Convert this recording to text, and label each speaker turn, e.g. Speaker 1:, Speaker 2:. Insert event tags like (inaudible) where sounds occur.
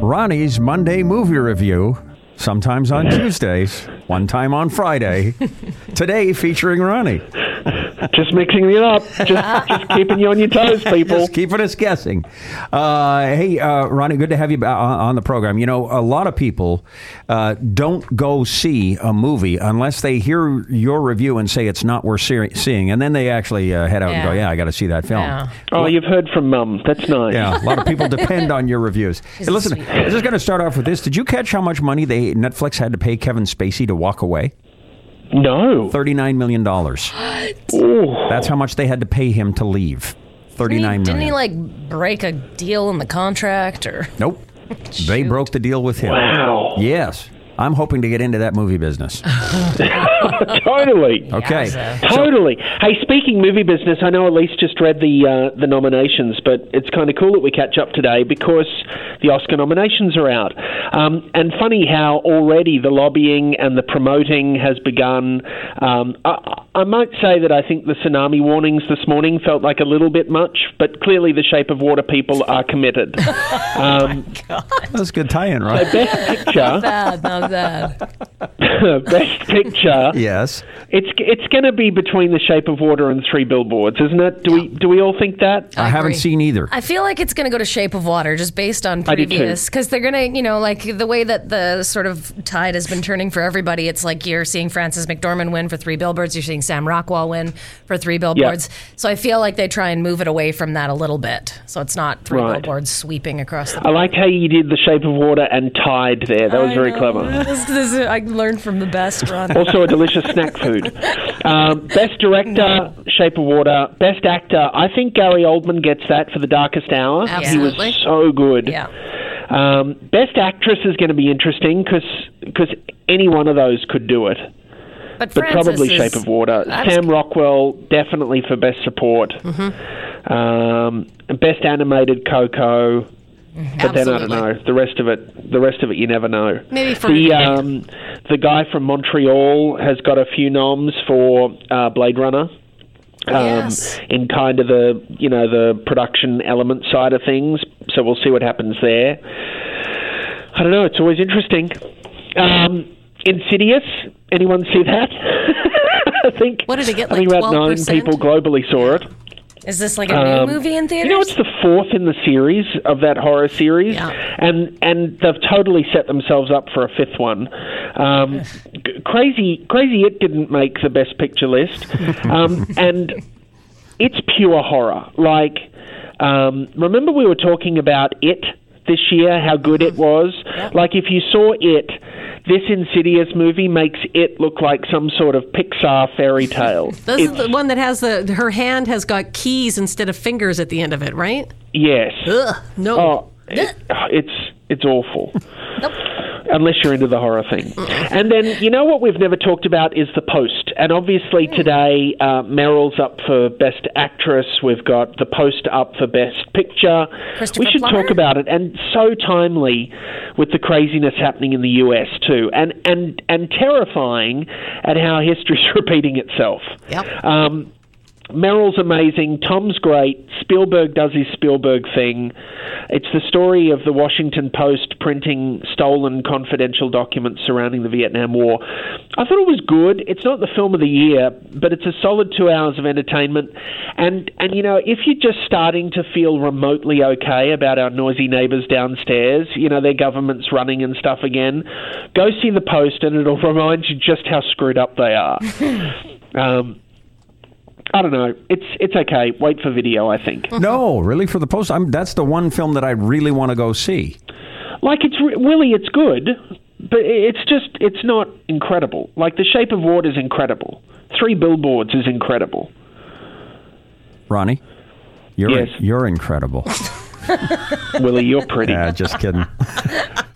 Speaker 1: Ronnie's Monday movie review, sometimes on Tuesdays, one time on
Speaker 2: (laughs)
Speaker 1: Friday. Today featuring Ronnie.
Speaker 3: Just mixing it up. Just, just keeping you on your toes, people.
Speaker 1: Just keeping us guessing. Uh, hey, uh, Ronnie, good to have you ba- uh, on, on the program. You know, a lot of people uh, don't go see a movie unless they hear your review and say it's not worth see- seeing, and then they actually uh, head out and go,
Speaker 2: Yeah.
Speaker 1: "Yeah, I got to see that film."
Speaker 2: Yeah.
Speaker 3: Oh, you've heard from Mum. That's nice.
Speaker 1: Yeah, a lot of
Speaker 2: (laughs)
Speaker 1: people depend on your reviews. Hey,
Speaker 2: a
Speaker 1: listen,
Speaker 2: sweet
Speaker 1: I'm just going to start off with this. Did you catch how much money they Netflix had to pay Kevin Spacey to walk away?
Speaker 3: No.
Speaker 1: Thirty-nine million dollars.
Speaker 3: Ooh.
Speaker 1: That's how much they had to pay him to leave. Thirty-nine million.
Speaker 2: Didn't he like break a deal in the contract or?
Speaker 1: Nope. They
Speaker 2: Shoot.
Speaker 1: broke the deal with him.
Speaker 3: Wow.
Speaker 1: Yes. I'm hoping to get into that movie business.
Speaker 3: (laughs) Totally.
Speaker 1: (laughs) Okay.
Speaker 2: Yowza.
Speaker 3: Totally. Hey, speaking movie business, I know Elise just read the uh, the nominations, but it's kind of cool that we catch up today because the Oscar nominations are out. Um, and funny how already the lobbying and the promoting has begun. Um, I, I might say that I think the tsunami warnings this morning felt like a little bit much, but clearly the Shape of Water people are committed. um,
Speaker 1: That's a good tie in, right?
Speaker 3: best picture, (laughs)
Speaker 2: Bad,
Speaker 1: (laughs)
Speaker 2: not bad.
Speaker 3: best picture.
Speaker 1: Yes.
Speaker 3: It's it's going to be between The Shape of Water and Three Billboards, isn't it? Do we do we all think that?
Speaker 1: I, haven't
Speaker 2: agree.
Speaker 1: seen either.
Speaker 2: I feel like it's going to go to Shape of Water just based on
Speaker 3: I do too.
Speaker 2: previous because they're going to, you know, like the way that the sort of tide has been turning for everybody. It's like you're seeing Frances McDormand win for three billboards, you're seeing Sam Rockwell win for three billboards. So I feel like they try and move it away from that a little bit, so it's not three
Speaker 3: Right.
Speaker 2: billboards sweeping across the.
Speaker 3: I liked how you did The Shape of Water and Tide there. That was very clever.
Speaker 2: (laughs) This, this is, I learned from the best, Ron.
Speaker 3: Also, a delicious snack food. Um, best director, Shape of Water. Best actor, I think Gary Oldman gets that for The Darkest Hour. He
Speaker 2: Absolutely.
Speaker 3: was so good.
Speaker 2: Yeah.
Speaker 3: Um, best actress is going to be interesting because any one of those could do it. But
Speaker 2: But, Frances
Speaker 3: probably
Speaker 2: is-
Speaker 3: Shape of Water.
Speaker 2: That's-
Speaker 3: Sam Rockwell definitely for best support.
Speaker 2: Mm-hmm.
Speaker 3: Um, best animated Coco. But then I don't
Speaker 2: Absolutely.
Speaker 3: know the rest of it. The rest of it you never know.
Speaker 2: Maybe for-
Speaker 3: the um, the guy from Montreal has got a few noms for uh, Blade Runner. Um,
Speaker 2: Yes.
Speaker 3: In kind of the you know the production element side of things, so we'll see what happens there. I don't know. It's always interesting. Um, Insidious. Anyone see that? (laughs) I think.
Speaker 2: What did it get,
Speaker 3: I think
Speaker 2: like
Speaker 3: about nine
Speaker 2: 12%?
Speaker 3: people globally saw it.
Speaker 2: Is this like a new
Speaker 3: Um,
Speaker 2: movie in theaters?
Speaker 3: You know, it's the fourth in the series of that horror series,
Speaker 2: Yeah.
Speaker 3: and and they've totally set themselves up for a fifth one. Um, g- crazy, crazy! It didn't make the best picture
Speaker 2: (laughs)
Speaker 3: list, um, and it's pure horror. Like, um, remember we were talking about it this year, how good it was. Like, if you saw it, this Insidious movie makes it look like some sort of Pixar fairy
Speaker 2: (laughs)
Speaker 3: tale.
Speaker 4: This is the one that has the her hand has got keys instead of fingers at the end of it, right?
Speaker 3: yes.
Speaker 4: Ugh, no.
Speaker 3: Oh, it- it's it's awful. Unless you're into the horror thing. And then, you know what we've never talked about is The Post. And obviously today, uh, Meryl's up for Best Actress. We've got The Post up for Best Picture.
Speaker 2: Christopher
Speaker 3: We should
Speaker 2: Plummer?
Speaker 3: talk about it. And so timely with the craziness happening in the US, too. And, and, and terrifying at how history's (laughs) repeating itself.
Speaker 4: Yep.
Speaker 3: Um, Meryl's amazing. Tom's great. Spielberg does his Spielberg thing. It's the story of the Washington Post printing stolen confidential documents surrounding the Vietnam War. I thought it was good. It's not the film of the year, but it's a solid two hours of entertainment. And and you know, if you're just starting to feel remotely okay about our noisy neighbours downstairs, you know, their governments running and stuff again, go see the Post, and it'll (laughs) remind you just how screwed up they are. um, I don't know. It's it's okay. Wait for video. I think.
Speaker 1: No, really, for the post. I'm, that's the one film that I really want to go see.
Speaker 3: Like it's re- Willie. It's good, but i- it's just it's not incredible. Like The Shape of Water is incredible. Three Billboards is incredible.
Speaker 1: Ronnie, you're,
Speaker 3: Yes. (laughs)
Speaker 1: you're incredible.
Speaker 3: Willie, you're pretty.
Speaker 1: yeah, just kidding.